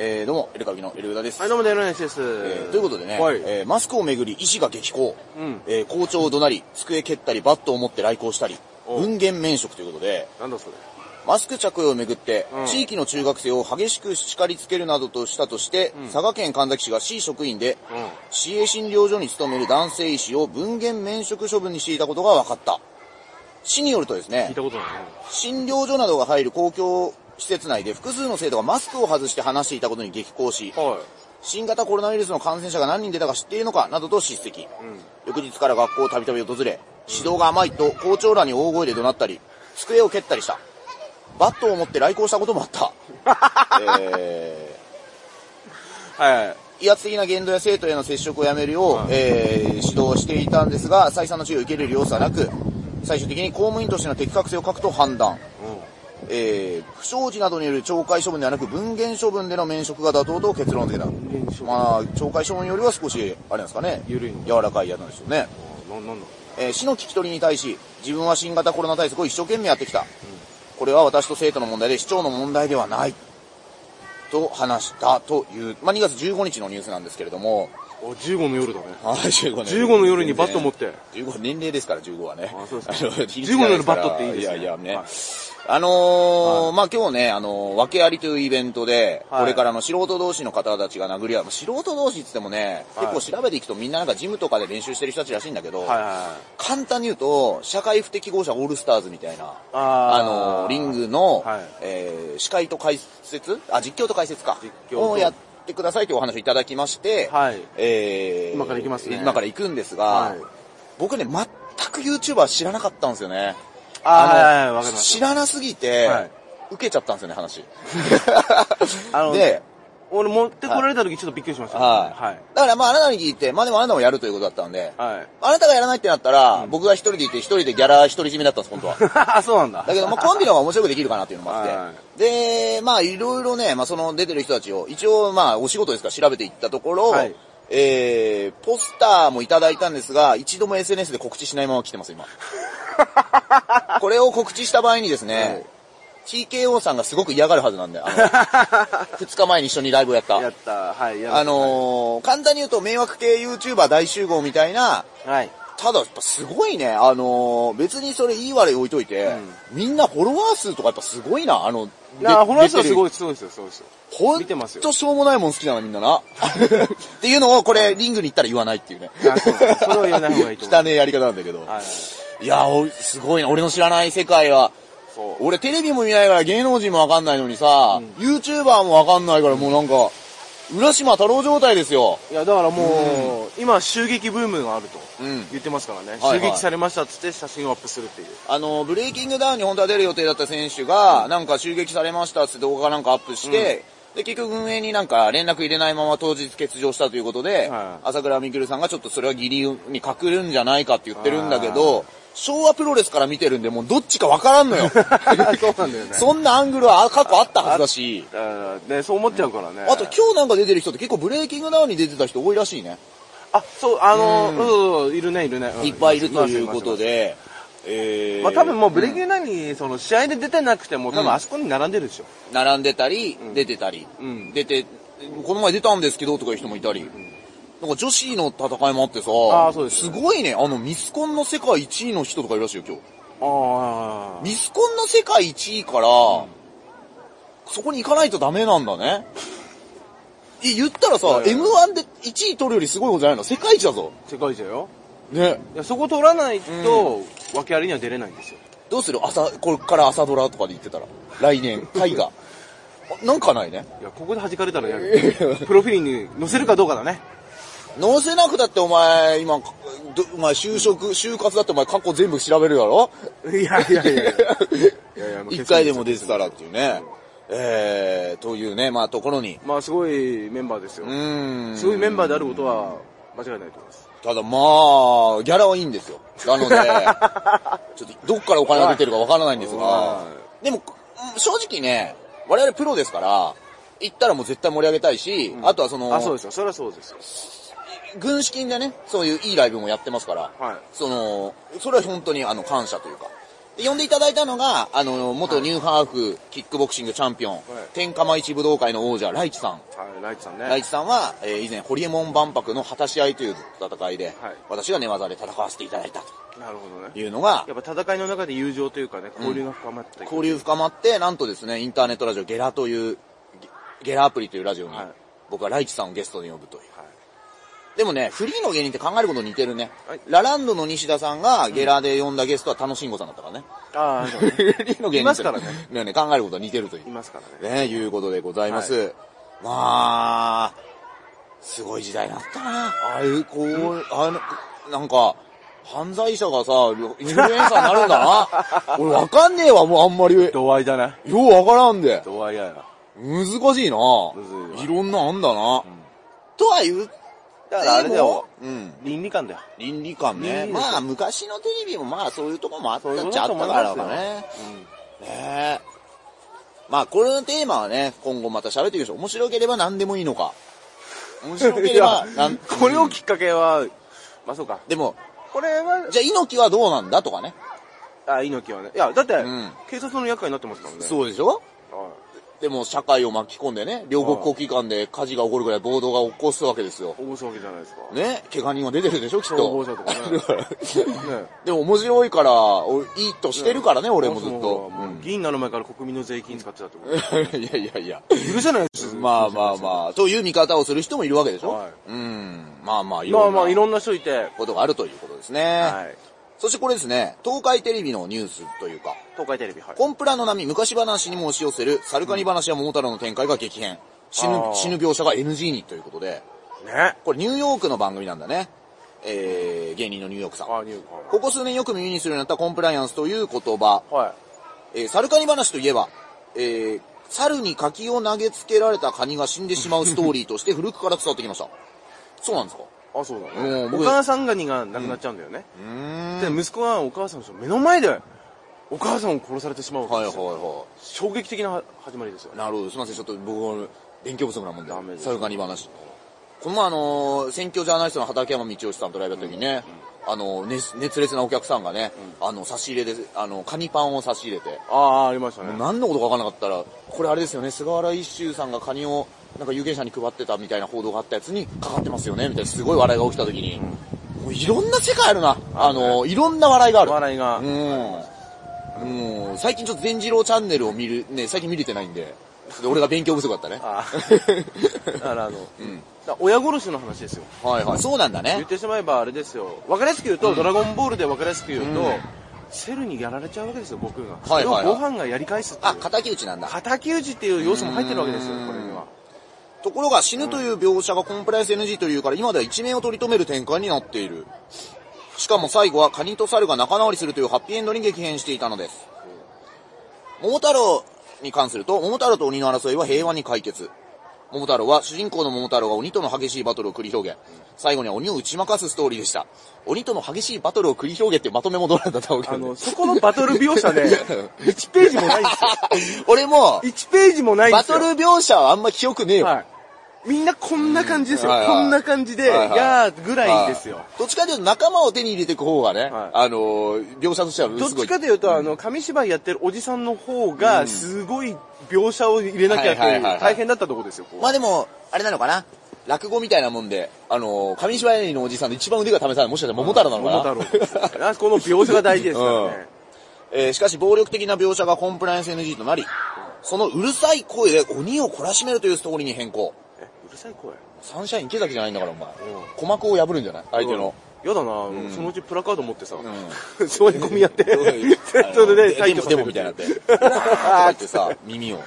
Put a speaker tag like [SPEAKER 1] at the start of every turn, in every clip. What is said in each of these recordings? [SPEAKER 1] えー、どうも、エルカビのエルウダです。
[SPEAKER 2] はい、どうも、デロネシです。
[SPEAKER 1] えーということでね、
[SPEAKER 2] はい。
[SPEAKER 1] えーマスクをめぐり医師が激高、
[SPEAKER 2] うん
[SPEAKER 1] えー校長を怒鳴り、机蹴ったり、バットを持って来校したり、
[SPEAKER 2] お
[SPEAKER 1] 文言免職ということで、
[SPEAKER 2] なんだそれ。
[SPEAKER 1] マスク着用をめぐって、
[SPEAKER 2] うん
[SPEAKER 1] 地域の中学生を激しく叱りつけるなどとしたとして、佐賀県神崎市が市職員で、
[SPEAKER 2] うん
[SPEAKER 1] 市営診療所に勤める男性医師を文言免職処分にしていたことが分かった。市によるとです
[SPEAKER 2] 聞い
[SPEAKER 1] ね
[SPEAKER 2] た、ことない
[SPEAKER 1] 診療所などが入る公共施設内で複数の生徒がマスクを外して話していたことに激高し、
[SPEAKER 2] な。は
[SPEAKER 1] 新型コロナウイルスの感染者が何人出たか知っているのかなどと叱責。
[SPEAKER 2] い。うん。
[SPEAKER 1] 翌日から学校をたびたび訪れ、指導が甘いと校長らに大声で怒鳴ったり、机を蹴ったりした。バットを持って来校したこともあ った。え
[SPEAKER 2] はい。
[SPEAKER 1] ー、威圧的な言動や生徒への接触をやめるよう、
[SPEAKER 2] はい
[SPEAKER 1] えー指導をしていたんですが、再三の注意を受け入れる様子はなく、最終的に公務員としての適格性を欠くと判断。えー、不祥事などによる懲戒処分ではなく文言処分での免職が妥当と結論付けた。
[SPEAKER 2] 言処分
[SPEAKER 1] まあ、懲戒処分よりは少し、あれなんですかね、
[SPEAKER 2] 緩いの
[SPEAKER 1] 柔らかいやつなんですよね。
[SPEAKER 2] うん。な、なんだ
[SPEAKER 1] えー市の聞き取りに対し、自分は新型コロナ対策を一生懸命やってきた。これは私と生徒の問題で市長の問題ではない。と話したという、まあ、2月15日のニュースなんですけれども、
[SPEAKER 2] お、15の夜だね。
[SPEAKER 1] はい、15年。
[SPEAKER 2] 15の夜にバット持って。
[SPEAKER 1] 15年齢ですから、15はね。
[SPEAKER 2] あそうですか
[SPEAKER 1] の日にち
[SPEAKER 2] 15の夜バットっていい
[SPEAKER 1] で
[SPEAKER 2] ですす
[SPEAKER 1] か
[SPEAKER 2] ね
[SPEAKER 1] らいやいやね。
[SPEAKER 2] はい
[SPEAKER 1] あのーまあ、今日ね、あのー、訳ありというイベントで、
[SPEAKER 2] はい
[SPEAKER 1] これからの素人同士の方たちが殴り合う、まあ素人同士って言ってもね、
[SPEAKER 2] はい
[SPEAKER 1] 結構調べていくとみんななんかジムとかで練習してる人たちらしいんだけど、
[SPEAKER 2] はいはいはい。
[SPEAKER 1] 簡単に言うと、社会不適合者オールスターズみたいな、
[SPEAKER 2] あー
[SPEAKER 1] のーリングの、
[SPEAKER 2] はい
[SPEAKER 1] えー司会と解説あ、実況と解説か。
[SPEAKER 2] 実況と
[SPEAKER 1] をやってくださいというお話をいただきまして、
[SPEAKER 2] はい
[SPEAKER 1] えー
[SPEAKER 2] 今から行きますね
[SPEAKER 1] 今から行くんですが、
[SPEAKER 2] はい
[SPEAKER 1] 僕ね、全く YouTuber 知らなかったんですよね。
[SPEAKER 2] あー
[SPEAKER 1] の
[SPEAKER 2] はいはいわかります
[SPEAKER 1] 知らなすぎて、
[SPEAKER 2] はい
[SPEAKER 1] 受けちゃったんですよね、 話。
[SPEAKER 2] あの
[SPEAKER 1] で、
[SPEAKER 2] 俺持ってこられた時ちょっとびっくりしました。
[SPEAKER 1] はい。だからまあ、あなたに聞いて、まあでもあなたもやるということだったんで、
[SPEAKER 2] はい。はい。
[SPEAKER 1] あなたがやらないってなったら、僕が一人でいて、一人でギャラ独り占めだったんです、本当は。
[SPEAKER 2] あ、そうなんだ。
[SPEAKER 1] だけど、まあ、コンビの方が面白くできるかなっていうのもあって。
[SPEAKER 2] は
[SPEAKER 1] で、まあ、いろいろね、まあ、その出てる人たちを、一応、まあ、お仕事ですから調べていったところ、
[SPEAKER 2] はい
[SPEAKER 1] えー、ポスターもいただいたんですが、一度も SNS で告知しないまま来てます、 今。これを告知した場合にですね、TKO さんがすごく嫌がるはずなんで、あの、2日 前に一緒にライブをやった。
[SPEAKER 2] やった。はい、や
[SPEAKER 1] あのー、簡単に言うと迷惑系 YouTuber 大集合みたいな、
[SPEAKER 2] はい。
[SPEAKER 1] ただやっぱすごいね、あのー別にそれいい悪い置いといて、みんなフォロワー数とかやっぱすごいな、あの、で
[SPEAKER 2] いや、この人はすご
[SPEAKER 1] 出てる
[SPEAKER 2] い、すごいですよ、すごいですよ。
[SPEAKER 1] ほん
[SPEAKER 2] 見てますよ
[SPEAKER 1] としょうもないもん好きだな、みん なな。っていうのをこれ、リングに行ったら言わないっていうね。
[SPEAKER 2] あそうそれは言わない方がいいと思う
[SPEAKER 1] 汚ねえやり方なんだけど。
[SPEAKER 2] はい。
[SPEAKER 1] い、やおすごいな、俺の知らない世界は。
[SPEAKER 2] そう。
[SPEAKER 1] 俺テレビも見ないから芸能人もわかんないのにさ、YouTuber もわかんないからもうなんか、浦島太郎状態ですよ。
[SPEAKER 2] いや、だからもう、今、襲撃ブームがあると
[SPEAKER 1] うん
[SPEAKER 2] 言ってますからね。
[SPEAKER 1] はいは
[SPEAKER 2] 襲
[SPEAKER 1] い
[SPEAKER 2] 撃されましたっつって写真をアップする っていう。
[SPEAKER 1] あの、ブレイキングダウンに本当は出る予定だった選手が、なんか襲撃されましたって動画がなんかアップして、で、結局運営になんか連絡入れないまま当日欠場したということで、
[SPEAKER 2] はい
[SPEAKER 1] 朝倉未来さんがちょっとそれは義理にかくるんじゃないかって言ってるんだけど、昭和プロレスから見てるんで、もうどっちかわからんの よ。
[SPEAKER 2] そうなんだよね
[SPEAKER 1] そんなアングルは過去あったはずだし、
[SPEAKER 2] だからね、そう思っちゃうからね。
[SPEAKER 1] あと今日なんか出てる人って結構ブレイキングダウンに出てた人多いらしいね。
[SPEAKER 2] あ、そう、あの、そうそうそういるね、いるね。うん
[SPEAKER 1] いっぱいいるということ。
[SPEAKER 2] ます
[SPEAKER 1] で、えー、
[SPEAKER 2] いますまあ多分もうブレイキングダウンに、その試合で出てなくても、多
[SPEAKER 1] うん
[SPEAKER 2] 分あそこに並んでるでしょ。
[SPEAKER 1] 並んでたり、出てたり、
[SPEAKER 2] うん
[SPEAKER 1] 出て、この前出たんですけどとかいう人もいたり、なんか女子の戦いもあってさ、
[SPEAKER 2] あーそうですね
[SPEAKER 1] ごいね、あのミスコンの世界1位の人とかいるらしいよ、今日。
[SPEAKER 2] あ
[SPEAKER 1] ミスコンの世界1位から、そこに行かないとダメなんだ ね。え、言ったらさ、
[SPEAKER 2] はいはい
[SPEAKER 1] M1 で1位取るよりすごいことじゃないの世界一だぞ。
[SPEAKER 2] あ、世界一だよ。
[SPEAKER 1] ね。
[SPEAKER 2] いや、そこ取らないと、訳ありには出れないんですよ。
[SPEAKER 1] どうする朝、これから朝ドラとかで言ってたら。来年、大 河。あなんかないね。
[SPEAKER 2] いや、ここで弾かれたらや る。プロフィールに載せるかどうかだね。
[SPEAKER 1] 載せなくたってお前、今、どお前就職、就活だってお前過去全部調べるやろ
[SPEAKER 2] いや いやいやいや。いやいやもう
[SPEAKER 1] 一回でも出てたらっていうね。えー、というね、まあところに。
[SPEAKER 2] まあすごいメンバーですよ
[SPEAKER 1] う。ーん。
[SPEAKER 2] すごいメンバーであることは間違いないと思います。
[SPEAKER 1] ただまあ、ギャラはいいんですよ。なので、ちょっとどっからお金が出てるかわからないんですが
[SPEAKER 2] は、
[SPEAKER 1] でも、うん正直ね、我々プロですから、行ったらもう絶対盛り上げたいし、あとはその、
[SPEAKER 2] あ、そうですよ。それはそうですよ。
[SPEAKER 1] 軍資金でね、そういういいライブもやってますから、
[SPEAKER 2] はい
[SPEAKER 1] その、それは本当にあの感謝というか、で呼んでいただいたのが、あの、元ニューハーフキックボクシングチャンピオン、天下舞一武道会の王者、ライチさん。
[SPEAKER 2] はい、ライチさんね。
[SPEAKER 1] ライチさんは、えー以前、ホリエモン万博の果たし合いという戦いで、私が寝技で戦わせていただいたと
[SPEAKER 2] なるほどね。
[SPEAKER 1] いうのが、
[SPEAKER 2] やっぱ戦いの中で友情というかね、交流が深まって、
[SPEAKER 1] 交流深まって、なんとですね、インターネットラジオゲラという、ゲゲラアプリというラジオに
[SPEAKER 2] はい、
[SPEAKER 1] 僕はライチさんをゲストに呼ぶという。
[SPEAKER 2] はい。
[SPEAKER 1] でもね、フリーの芸人って考えること似てるね
[SPEAKER 2] はい。
[SPEAKER 1] ラランドの西田さんがゲラで呼んだゲストは楽しんごさんだったからね。
[SPEAKER 2] ああ、
[SPEAKER 1] フリーの芸人って
[SPEAKER 2] いますからね。
[SPEAKER 1] ねね考えることは似てるという
[SPEAKER 2] い。ますからね。
[SPEAKER 1] ね、いうことでございます。
[SPEAKER 2] は
[SPEAKER 1] まあ、すごい時代になったな。ああいう、こう、あの、なんか、犯罪者がさ、インフルエンサーになるんだな。 俺わかんねえわ、もうあんまり。よ
[SPEAKER 2] 度合いだね。
[SPEAKER 1] うわからんで。
[SPEAKER 2] 度合いやな。
[SPEAKER 1] 難しいな。
[SPEAKER 2] むずいわ
[SPEAKER 1] いろんなあんだな。とは言う。
[SPEAKER 2] だからあれだよ。
[SPEAKER 1] うん。
[SPEAKER 2] 倫理観だよ。
[SPEAKER 1] 倫理観
[SPEAKER 2] 倫理
[SPEAKER 1] ね。
[SPEAKER 2] ですよ
[SPEAKER 1] まあ、昔のテレビもまあ、そういうとこもあった
[SPEAKER 2] そういう
[SPEAKER 1] っ
[SPEAKER 2] こ
[SPEAKER 1] ち
[SPEAKER 2] と
[SPEAKER 1] ゃあ
[SPEAKER 2] だ
[SPEAKER 1] っ
[SPEAKER 2] と思
[SPEAKER 1] た
[SPEAKER 2] い
[SPEAKER 1] か
[SPEAKER 2] ま
[SPEAKER 1] ら
[SPEAKER 2] すよ
[SPEAKER 1] かね。ねえ。まあ、これのテーマはね、今後また喋っていきましょう。面白ければ何でもいいのか。面白ければ
[SPEAKER 2] いや
[SPEAKER 1] 何、
[SPEAKER 2] これをきっかけは、まあそうか。
[SPEAKER 1] でも、
[SPEAKER 2] これは、
[SPEAKER 1] じゃあ猪木はどうなんだとかね。
[SPEAKER 2] あ、猪木はね。いや、だって
[SPEAKER 1] ん、
[SPEAKER 2] 警察の厄介になってますからね。う。
[SPEAKER 1] そうでしょでも、社会を巻き込んでね、両国国技館で火事が起こるぐらい暴動が起こすわけですよ。
[SPEAKER 2] 応募すわけじゃないですか。
[SPEAKER 1] ね怪我人は出てるでしょ、きっ
[SPEAKER 2] 消防
[SPEAKER 1] と。
[SPEAKER 2] 車とかね。 ね
[SPEAKER 1] でも面白いから、おいいとしてるからね、俺もずっと。
[SPEAKER 2] もう議員になる前から国民の税金使ってたってこと。
[SPEAKER 1] うん いやいやいや。
[SPEAKER 2] 許せないですよ
[SPEAKER 1] まあまあまあ、という見方をする人もいるわけでしょ、
[SPEAKER 2] はい
[SPEAKER 1] うん。まあ まあ、い
[SPEAKER 2] ま
[SPEAKER 1] ろ
[SPEAKER 2] あまあ、い
[SPEAKER 1] んな
[SPEAKER 2] ろんな人いて。
[SPEAKER 1] ことがあるということですね。
[SPEAKER 2] はい。
[SPEAKER 1] そしてこれですね、東海テレビのニュースというか、
[SPEAKER 2] 東海テレビ、はい。
[SPEAKER 1] コンプラの波、昔話にも押し寄せる、サルカニ話や桃太郎の展開が激変。死ぬ
[SPEAKER 2] あ、ー
[SPEAKER 1] 死ぬ描写が NG にということで、
[SPEAKER 2] ね。
[SPEAKER 1] これニューヨークの番組なんだね。えー、芸人のニューヨークさん。
[SPEAKER 2] あ、ニューカ
[SPEAKER 1] ここ数年よく耳にするようになったコンプライアンスという言葉。
[SPEAKER 2] ー。はい。
[SPEAKER 1] えー、サルカニ話といえば、えー、猿に柿を投げつけられたカニが死んでしまうストーリーとして 古くから伝わってきました。そうなんですか
[SPEAKER 2] あ、そうだね。
[SPEAKER 1] うん
[SPEAKER 2] お
[SPEAKER 1] 僕
[SPEAKER 2] 母さんガニが亡くなっちゃうんだよね。
[SPEAKER 1] うーん。
[SPEAKER 2] で、息子がお母さんの人の目の前で、お母さんを殺されてしまうわけ
[SPEAKER 1] はい
[SPEAKER 2] で
[SPEAKER 1] はい
[SPEAKER 2] すよ。
[SPEAKER 1] は
[SPEAKER 2] 衝撃的なは始まりですよ
[SPEAKER 1] い。
[SPEAKER 2] ね。
[SPEAKER 1] なるほど。すみません。ちょっと僕は勉強不足なもんで
[SPEAKER 2] ダメ。です
[SPEAKER 1] サルカニ話。この前あのー選挙ジャーナリストの畠山道義さんとライブやった時にね、あのー熱、熱烈なお客さんがね、あの、差し入れで、あの、カニパンを差し入れて、
[SPEAKER 2] ああ、ありましたね。
[SPEAKER 1] 何のことか分からなかったら、これあれですよね、菅原一秀さんがカニを、なんか有権者に配ってたみたいな報道があったやつにかかってますよね、みたいなすごい笑いが起きた時に、もういろんな世界あるな。あの、いろんな笑いがある。
[SPEAKER 2] 笑いが
[SPEAKER 1] うん。もう、最近ちょっと全次郎チャンネルを見る、ね、最近見れてないんで、ちょっと俺が勉強不足だったね。
[SPEAKER 2] ああ。だからあの、だから親殺しの話ですよ。
[SPEAKER 1] はいはい。そうなんだ
[SPEAKER 2] 言
[SPEAKER 1] ね
[SPEAKER 2] っ。てしまえばあれですよ。わかりやすく言うと、ドラゴンボールでわかりやすく言うと、セルにやられちゃうわけですよ、僕が。
[SPEAKER 1] はいはいはい
[SPEAKER 2] それをご飯がやり返すっていう。
[SPEAKER 1] あ、敵討ちなんだ。
[SPEAKER 2] 敵討ちっていう要素も入ってるわけですよ、これには。
[SPEAKER 1] ところが死ぬという描写がコンプライアンス NG というから今では一命を取り留める展開になっている。しかも最後はカニと猿が仲直りするというハッピーエンドに激変していたのです。桃太郎に関すると、桃太郎と鬼の争いは平和に解決。桃太郎は主人公の桃太郎が鬼との激しいバトルを繰り広げ、最後には鬼を打ち負かすストーリーでした。鬼との激しいバトルを繰り広げってまとめもどうなんだったわけ
[SPEAKER 2] あ
[SPEAKER 1] ど
[SPEAKER 2] の、
[SPEAKER 1] ね。
[SPEAKER 2] そこのバトル描写ね、1ページもないんです よ。
[SPEAKER 1] 俺も、
[SPEAKER 2] 1ページもないんで
[SPEAKER 1] バ
[SPEAKER 2] すよ。
[SPEAKER 1] トル描写はあんま記憶ねえよ。
[SPEAKER 2] はい。みんなこんな感じですよ。
[SPEAKER 1] うんはいはい
[SPEAKER 2] こんな感じで、
[SPEAKER 1] はいはい
[SPEAKER 2] やーぐらいですよ。
[SPEAKER 1] どっちかというと仲間を手に入れていく方がね、
[SPEAKER 2] はい
[SPEAKER 1] あのー、描写としてはすご
[SPEAKER 2] ど
[SPEAKER 1] い。
[SPEAKER 2] っちかというと、あの、紙芝居やってるおじさんの方が、すごい描写を入れなきゃって、
[SPEAKER 1] はいはいいうはいはい
[SPEAKER 2] 大変だったとこですよ、こう
[SPEAKER 1] まあでも、あれなのかな落語みたいなもんで、あのー、紙芝居のおじさんで一番腕が試されるもしかしたら桃太郎なのかな
[SPEAKER 2] 桃太郎ですから。この描写が大事ですからね。
[SPEAKER 1] えーしかし暴力的な描写がコンプライアンス NG となり、そのうるさい声で鬼を懲らしめるというストーリーに変更。
[SPEAKER 2] え、うるさい声。
[SPEAKER 1] サンシャイン池崎じゃないんだから、お前
[SPEAKER 2] ん。
[SPEAKER 1] 鼓膜を破るんじゃない相手の。
[SPEAKER 2] やだな、そのうちプラカード持ってさ、
[SPEAKER 1] う
[SPEAKER 2] 座り込みやって、 そ
[SPEAKER 1] れ
[SPEAKER 2] れで
[SPEAKER 1] デモデ
[SPEAKER 2] させ
[SPEAKER 1] モ
[SPEAKER 2] る
[SPEAKER 1] みたいになって。うわーとか言って さ、耳を。
[SPEAKER 2] うん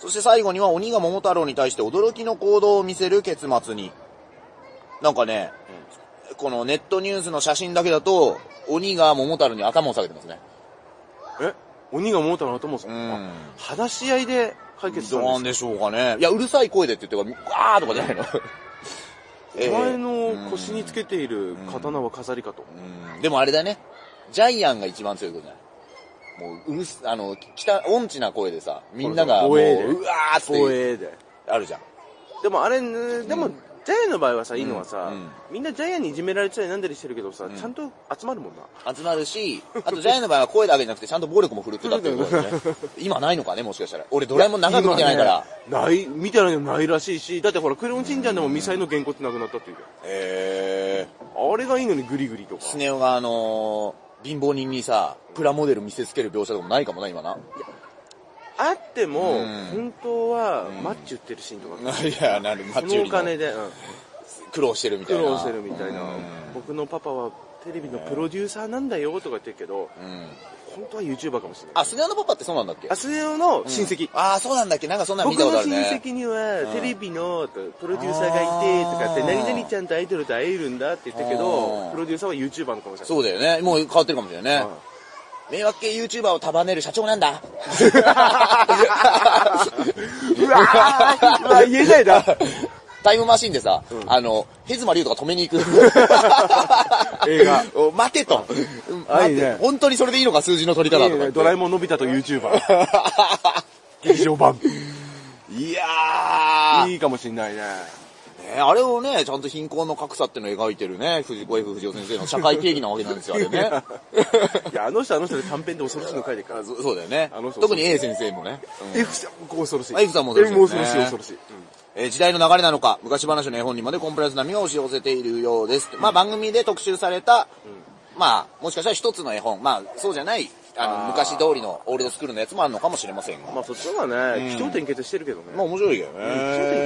[SPEAKER 1] そして最後には鬼が桃太郎に対して驚きの行動を見せる結末に。なんかね、このネットニュースの写真だけだと、鬼が桃太郎に頭を下げてますね。
[SPEAKER 2] え鬼が桃太郎の頭さ、
[SPEAKER 1] ん
[SPEAKER 2] 話し合いで解決した
[SPEAKER 1] どうなんん
[SPEAKER 2] で
[SPEAKER 1] でしょうかね。いや、うるさい声でって言ってるから、わーとかじゃないの。
[SPEAKER 2] す
[SPEAKER 1] え
[SPEAKER 2] お前
[SPEAKER 1] ー
[SPEAKER 2] の腰につけている刀は飾りかと。
[SPEAKER 1] うんでもあれだね、ジャイアンが一番強いことじゃないもう、うるす、あの、きた、音痴な声でさ、みんなが、もう、
[SPEAKER 2] そうそう
[SPEAKER 1] うわーっ
[SPEAKER 2] 光
[SPEAKER 1] て、
[SPEAKER 2] 栄で。
[SPEAKER 1] あるじゃん。
[SPEAKER 2] でもあれ、ね、でも、ジジャイアンの場合はさ、いいのはさ、
[SPEAKER 1] うん
[SPEAKER 2] みんなジャイアンにいじめられてたりなんだりしてるけどさ、ちゃんと集まるもんな。
[SPEAKER 1] 集まるし、あとジャイアンの場合は声だけじゃなくてちゃんと暴力も振るってたっていうことだよね。今ないのかね、もしかしたら。俺ドラえもん長く見てないから。
[SPEAKER 2] 今ねない、見てないのないらしいし、だってほら、クレヨンしんちゃんでもミサイの原稿ってなくなったっていうじ
[SPEAKER 1] へー。
[SPEAKER 2] ゃんあれがいいのにグリグリとか。
[SPEAKER 1] スネ夫があのー、貧乏人にさ、プラモデル見せつける描写とかもないかもな、今な。
[SPEAKER 2] あっても、
[SPEAKER 1] うん
[SPEAKER 2] 本当は、マッチ売ってるシーンとか。
[SPEAKER 1] いや、なる、マ
[SPEAKER 2] そのお金で、うん
[SPEAKER 1] 苦労してるみたい
[SPEAKER 2] 苦
[SPEAKER 1] な。
[SPEAKER 2] 労してるみたいな
[SPEAKER 1] うん。
[SPEAKER 2] 僕のパパはテレビのプロデューサーなんだよとか言ってるけど、
[SPEAKER 1] うん。
[SPEAKER 2] 本当は YouTuber かもしれない。
[SPEAKER 1] あ、スネ夫のパパってそうなんだっけ
[SPEAKER 2] あ、スネ夫の親戚。
[SPEAKER 1] ああ、そうなんだっけなんかそんなの見
[SPEAKER 2] 僕
[SPEAKER 1] たこと
[SPEAKER 2] の
[SPEAKER 1] ある
[SPEAKER 2] 親
[SPEAKER 1] ね。
[SPEAKER 2] 戚には
[SPEAKER 1] ん
[SPEAKER 2] テレビのとプロデューサーがいてとかって
[SPEAKER 1] あー
[SPEAKER 2] 何々ちゃんとアイドルと会えるんだって言ったけ
[SPEAKER 1] う
[SPEAKER 2] ど
[SPEAKER 1] ん
[SPEAKER 2] プロデューサーは YouTuber のかもしれない
[SPEAKER 1] そうだよね。もう変わってるかもしれないね。迷惑系 YouTuber を束ねる社長なんだ。
[SPEAKER 2] うわ ーうわ言えないな
[SPEAKER 1] タイムマシンでさ、
[SPEAKER 2] ん
[SPEAKER 1] あの、ヘズマリュウとか止めに行く。
[SPEAKER 2] 映画
[SPEAKER 1] お待てと。
[SPEAKER 2] あ
[SPEAKER 1] 待
[SPEAKER 2] いい
[SPEAKER 1] て
[SPEAKER 2] ね。
[SPEAKER 1] 本当にそれでいいのか、数字の取り方とか言って。
[SPEAKER 2] ドラえもんのび太と YouTuber 劇場版
[SPEAKER 1] いやー。
[SPEAKER 2] いいかもしれないね
[SPEAKER 1] ねあれをね、ちゃんと貧困の格差ってのを描いてるね、藤子 F 不二雄先生の社会定義なわけなんですよ、あれね。
[SPEAKER 2] いやあの人あの人で短編で恐ろしいの書いてるから
[SPEAKER 1] そそうだよね
[SPEAKER 2] あの。人
[SPEAKER 1] 特に A 先生もね。
[SPEAKER 2] F さんも恐ろしい
[SPEAKER 1] F さんも恐ろしいですね
[SPEAKER 2] F も恐ろしい恐ろしい
[SPEAKER 1] えー時代の流れなのか、昔話の絵本にまでコンプライアンス並みが押し寄せているようです。まあ番組で特集された、まあもしかしたら一つの絵本、まあそうじゃない、あの
[SPEAKER 2] あー
[SPEAKER 1] 昔通りのオールドスクールのやつもあるのかもしれませんが。
[SPEAKER 2] うん
[SPEAKER 1] ま
[SPEAKER 2] まあそっちの方がね気象点結してるけどね
[SPEAKER 1] あ面白いけど
[SPEAKER 2] 気象点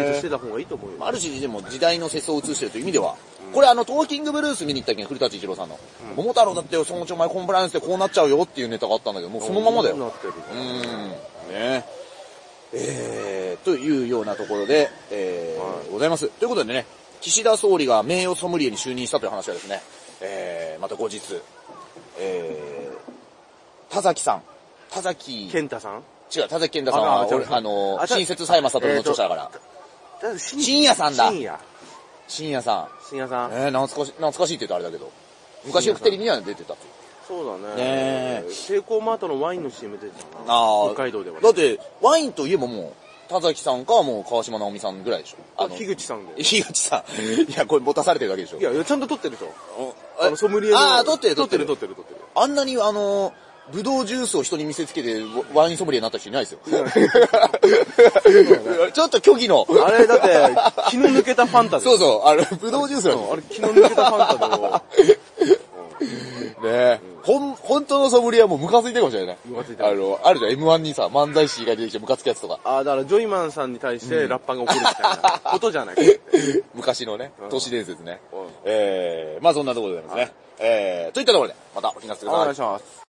[SPEAKER 2] 結
[SPEAKER 1] ね。
[SPEAKER 2] してた方がいいと思うよ
[SPEAKER 1] ある種でも時代の世相を映してるという意味では、これあのトーキングブルース見に行ったっけ古舘一郎さんの。桃太郎だってよ、そのうちお前コンプライアンスでこうなっちゃうよっていうネタがあったんだけど、もうそのままだよ。
[SPEAKER 2] なってる
[SPEAKER 1] うーんねえー、というようなところで、えー
[SPEAKER 2] はい
[SPEAKER 1] ございます。ということでね、岸田総理が名誉ソムリエに就任したという話はですね、えー、また後日、えー、田崎さん、田崎、違う、
[SPEAKER 2] 健太さん
[SPEAKER 1] 田崎健太さんは、
[SPEAKER 2] あ違う
[SPEAKER 1] 俺あのー、
[SPEAKER 2] あ違う
[SPEAKER 1] 新設佐山悟の著者だから、
[SPEAKER 2] だって深
[SPEAKER 1] 深夜さんだ
[SPEAKER 2] 深夜
[SPEAKER 1] 深夜さ
[SPEAKER 2] 深夜さ
[SPEAKER 1] ん、
[SPEAKER 2] ん、
[SPEAKER 1] えー、懐かし、懐かしいって言うとあれだけど、昔よくテレビには出てたと。
[SPEAKER 2] そうだね
[SPEAKER 1] ねえ
[SPEAKER 2] セイコーマートのワインの CM 出てたな
[SPEAKER 1] あー
[SPEAKER 2] 北海道ではね
[SPEAKER 1] だって、ワインといえばもう、田崎さんかもう川島直美さんぐらいでしょ。
[SPEAKER 2] あ
[SPEAKER 1] の
[SPEAKER 2] 樋口さんで
[SPEAKER 1] 樋口さん。いや、これぼたされてるだけでしょ。
[SPEAKER 2] いやいやちゃんと撮ってるでしょ
[SPEAKER 1] え
[SPEAKER 2] あのソムリエの
[SPEAKER 1] あー撮ってる撮
[SPEAKER 2] 撮
[SPEAKER 1] っ
[SPEAKER 2] ってて
[SPEAKER 1] る
[SPEAKER 2] る撮ってる撮ってる
[SPEAKER 1] あんなにあの、ブドウジュースを人に見せつけてワワインソムリエになった人いないですよ。 ちょっと虚偽の。
[SPEAKER 2] あれだって気の抜けたファンタで
[SPEAKER 1] そうそう、あれ、ブドウジュースなん
[SPEAKER 2] う
[SPEAKER 1] で
[SPEAKER 2] んあれ気の抜けたファンタの
[SPEAKER 1] すね。ほん、本当のソムリエはもうムカついてるかもしれない。
[SPEAKER 2] ムカついてる
[SPEAKER 1] あの、あるじゃん、M1 にさ、漫才師が出てきてムカつくやつとか。
[SPEAKER 2] ああだからジョイマンさんに対してラッパーが怒るみたいなことじゃないかって
[SPEAKER 1] 昔のね、都市伝説ね
[SPEAKER 2] うん。
[SPEAKER 1] えー、まあそんなところでございますね。えー、といったところで、またお聞かせくだ
[SPEAKER 2] お
[SPEAKER 1] さ
[SPEAKER 2] 願
[SPEAKER 1] い
[SPEAKER 2] いし。ます